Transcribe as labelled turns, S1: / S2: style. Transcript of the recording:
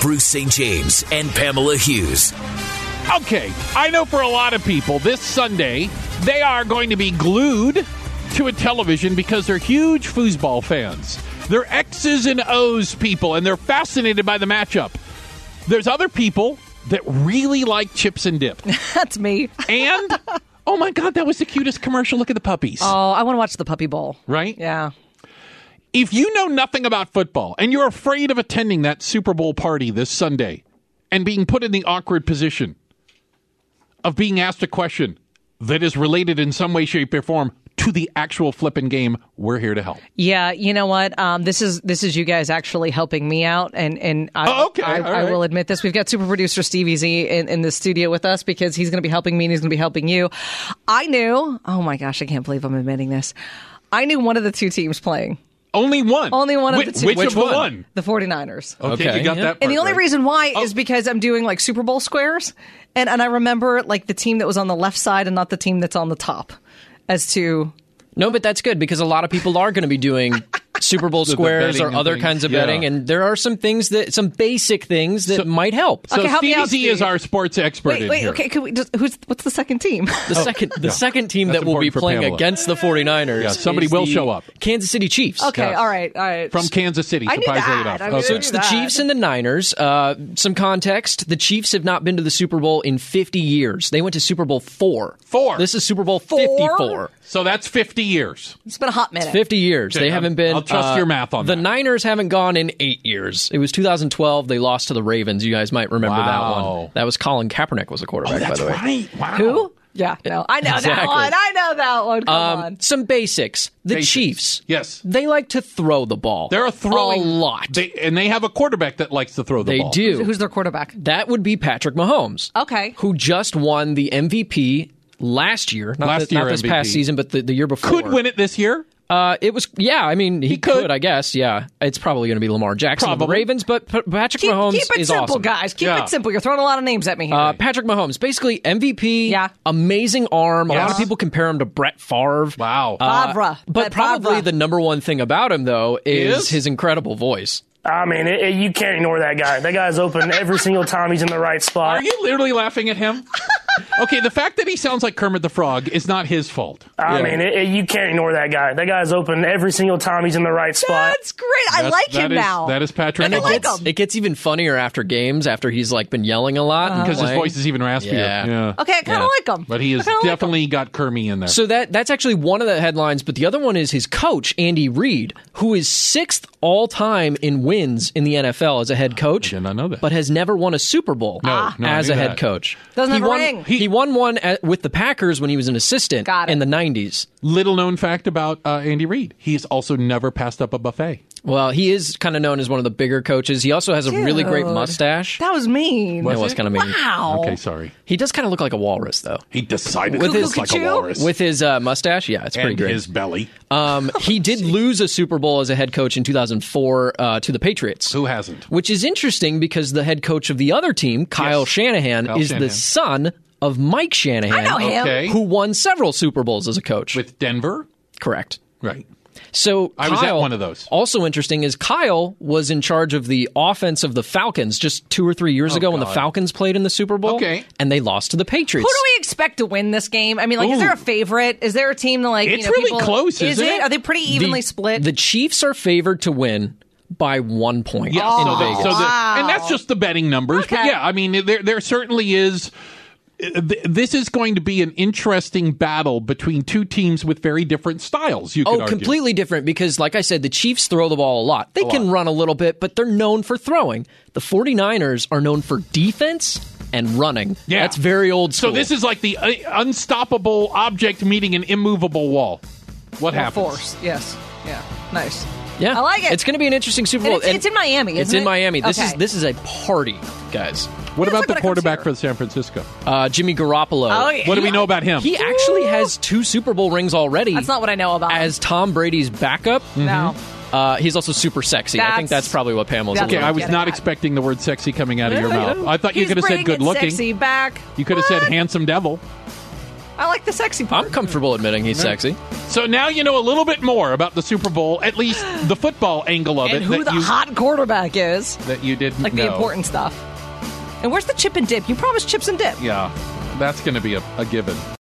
S1: Bruce St. James and Pamela Hughes.
S2: Okay, I know for a lot of people this Sunday, they are going to be glued to a television because they're huge foosball fans. They're X's and O's people, and they're fascinated by the matchup. There's other people that really like chips and dip.
S3: That's me.
S2: And, oh my God, that was the cutest commercial. Look at the puppies,
S3: Oh, I want to watch the Puppy Bowl.
S2: right?
S3: Yeah.
S2: If you know nothing about football and you're afraid of attending that Super Bowl party this Sunday and being put in the awkward position of being asked a question that is related in some way, shape, or form to the actual flipping game, we're here to help.
S3: Yeah, you know what? Um, this is this is you guys actually helping me out, and and I,
S2: Oh, okay.
S3: I,
S2: All
S3: I
S2: right.
S3: will admit this. We've got super producer Stevie Z in, in the studio with us because he's going to be helping me and he's going to be helping you. I knew. Oh my gosh, I can't believe I'm admitting this. I knew one of the two teams playing.
S2: Only one.
S3: Only one of
S2: Whi-
S3: the two.
S2: Which,
S3: Which
S2: of the
S3: one?
S2: one?
S3: The 49ers.
S2: Okay,
S4: Okay,
S2: you got that.
S4: yeah. And
S2: part
S3: And the only
S2: right. Oh.
S3: reason why is because I'm doing like Super Bowl squares, and and I remember like the team that was on the left side and not the team that's on the top, as to
S4: No, but that's good because a lot of people are going to be doing Super Bowl
S2: the
S4: squares
S2: betting
S4: or
S2: and
S4: other
S2: things.
S4: kinds of
S2: Yeah.
S4: betting, and there are some things that some basic things that might help.
S2: So
S3: Okay, help me
S2: Stevie
S3: out,
S2: Z is
S3: Steve.
S2: our sports expert
S3: wait
S2: in
S3: wait
S2: here.
S3: okay can we just who's what's the second team?
S4: the second the second team
S2: oh, That's
S4: that will be
S2: important for
S4: playing
S2: Pamela.
S4: against the 49ers.
S2: Yeah, somebody
S4: is
S2: will
S4: the
S2: show up.
S4: Kansas City Chiefs.
S3: Okay,
S2: Yes.
S3: all right, all right.
S2: From Kansas City,
S3: I knew
S2: surprisingly
S3: that.
S2: enough.
S3: I knew
S2: Okay.
S4: So it's the
S3: that.
S4: Chiefs and the Niners. Uh, some context: the Chiefs have not been to the Super Bowl in 50 years. They went to Super Bowl four.
S2: Four.
S4: This is Super Bowl
S3: Four?
S4: 54.
S2: So that's 50 years.
S3: It's been a hot minute.
S4: 50 years.
S2: Okay,
S4: they haven't
S2: I'm-
S4: been. uh,
S2: I'll trust your math on
S4: the
S2: that.
S4: Niners haven't gone in eight years. It was 2012. They lost to the Ravens. You guys might remember that
S2: Wow. Oh,
S4: one. That was Colin Kaepernick was the quarterback. by the way.
S2: right. Wow.
S3: Who? Yeah, no, I know that
S4: Exactly.
S3: one. I know that one. Come
S2: Um,
S3: on.
S4: Um, Some basics. The
S2: Basics.
S4: Chiefs.
S2: Yes.
S4: They like to throw the ball.
S2: They're a throwing
S4: a lot.
S2: They, and they have a quarterback that likes to throw the
S4: They
S2: ball.
S4: do.
S3: Who's their quarterback?
S4: that would be Patrick Mahomes.
S3: Okay.
S4: Who just won the MVP last year. Not,
S2: Last
S4: the- not
S2: year
S4: this
S2: MVP.
S4: past season, but the, the year before.
S2: Could win it this year.
S4: Uh, it was, yeah, I mean, he,
S2: could.
S4: I guess. Yeah. It's probably going to be Lamar Jackson. of the
S2: Probably.
S4: Ravens, but P- Patrick
S3: Keep,
S4: Mahomes
S3: keep it
S4: is
S3: simple,
S4: awesome.
S3: guys. Keep
S2: Yeah.
S3: it simple. You're throwing a lot of names at me here.
S4: Uh, Patrick Mahomes, basically MVP,
S3: Yeah.
S4: amazing arm. A lot
S2: Yes.
S4: of people compare him to Brett Favre. Uh,
S2: Wow.
S3: Favre.
S4: But
S3: Brett
S4: probably
S3: Favre.
S4: the number one thing about him, though, is
S2: Is?
S4: his incredible voice.
S5: I mean, it, it- you can't ignore that guy. That guy's open every single time he's in the right spot.
S2: Are you literally laughing at him? okay, the fact that he sounds like Kermit the Frog is not his fault.
S5: I mean, it, it- you can't ignore that guy. That guy's open every single time he's in the right spot.
S3: That's great. I
S2: That's-
S3: like
S2: that
S3: him
S2: is-
S3: now.
S2: That is Patrick.
S4: And it,
S2: Mahomes.
S3: like
S4: gets,
S3: him.
S4: it gets even funnier after games, after he's like been yelling a lot
S3: Uh-huh.
S4: and
S2: because his
S4: playing.
S2: voice is even raspier.
S4: Yeah.
S3: okay, I kind of
S4: Yeah.
S3: like him.
S2: But he has
S3: I kinda like him.
S2: definitely got Kermit in there.
S4: So that that's actually one of the headlines, but the other one is his coach Andy Reid, who is sixth all time in wins in the NFL as a head coach.
S2: Ah, I did not know that.
S4: but has never won a Super Bowl
S2: no, I
S4: as
S2: knew
S4: a head
S2: that.
S4: coach.
S3: Ah. Doesn't
S4: he
S3: have a
S4: won,
S3: ring.
S4: He, won one at, with the Packers when he was an assistant
S3: Got it.
S4: in the '90s.
S2: Little known fact about uh, Andy Reid: he's also never passed up a buffet.
S4: Well, he is kind of known as one of the bigger coaches. He also has a really great
S3: Dude.
S4: mustache.
S3: That was mean.
S4: That was kind of mean.
S3: wow.
S2: Okay, sorry.
S4: He does kind of look like a walrus, though.
S2: He decided
S4: With
S2: he looks
S4: his-
S2: like a
S3: Cuckoo?
S2: walrus
S4: With his uh, mustache, yeah, it's pretty
S2: and
S4: great.
S2: his belly.
S4: Um, he did lose a Super Bowl as a head coach in 2004 uh, to the Patriots.
S2: Who hasn't?
S4: Which is interesting because the head coach of the other team, Kyle
S2: Yes.
S4: Shanahan,
S2: Kyle
S4: is
S2: Shanahan.
S4: the son of Mike Shanahan,
S3: I know him.
S2: Okay.
S4: who won several Super Bowls as a coach.
S2: With Denver,
S4: Correct.
S2: right?
S4: So
S2: I was at
S4: Kyle-
S2: one of those.
S4: Also interesting is Kyle was in charge of the offense of the Falcons just two or three years ago when the
S2: Oh, God.
S4: Falcons played in the Super Bowl.
S2: Okay.
S4: and they lost to the Patriots.
S3: Who do we expect to win this game? I mean, like, is
S2: Ooh.
S3: there a favorite? Is there a team that, like, you
S2: It's
S3: know,
S2: really
S3: people-
S2: close,
S3: is
S2: isn't it?
S3: Are they pretty
S4: the,
S3: evenly split?
S4: The Chiefs are favored to win by one point.
S2: Yes.
S4: in
S2: so they,
S4: Vegas.
S2: so the, and that's just the betting numbers. But
S3: Okay.
S2: yeah, I mean, there there certainly is. uh, th- This is going to be an interesting battle between two teams with very different styles. You could
S4: Oh,
S2: argue.
S4: completely different because, like I said, the Chiefs throw the ball a lot. They can run a little bit, but they're known for throwing. The 49ers are known for defense and running.
S2: Yeah.
S4: That's very old
S2: So
S4: school.
S2: this is like the uh, unstoppable object meeting an immovable wall. What
S3: Or
S2: happens?
S3: force. Yes. Yeah. Nice.
S4: yeah.
S3: I like it.
S4: It's going to be an interesting Super
S3: And
S4: Bowl.
S3: it's,
S4: and
S3: it's in Miami.
S4: It's
S3: isn't
S4: in
S3: it?
S4: Miami. This
S3: Okay.
S4: is this is a party, guys.
S2: What about
S3: That's like when
S2: the
S3: it comes
S2: quarterback
S3: here.
S2: for San Francisco?
S4: Uh, Jimmy Garoppolo. Um,
S3: Oh, yeah.
S2: What do we know about him?
S4: He actually has two Super Bowl rings already.
S3: That's not what I know about.
S4: As Tom Brady's backup.
S3: no.
S4: Uh, he's also super sexy. I think
S3: That's-
S4: that's probably what Pamela's.
S3: that's
S4: a
S2: okay,
S4: little
S2: I was
S3: Get it
S2: not
S3: out.
S2: expecting the word "sexy" coming out of your
S4: Yeah,
S2: mouth.
S4: yeah.
S2: I thought you
S3: He's
S2: could have said
S3: bringing
S2: "good looking."
S3: Sexy back.
S2: You could have said "handsome devil."
S3: I like the sexy part.
S4: I'm comfortable admitting he's sexy.
S2: So now you know a little bit more about the Super Bowl, at least the football angle of
S3: and
S2: it
S3: who
S2: that
S3: the
S2: you
S3: hot quarterback is,
S2: that you didn't
S3: like
S2: know.
S3: the important stuff. And where's the chip and dip? You promised chips and dip.
S2: Yeah, that's going to be a, a given.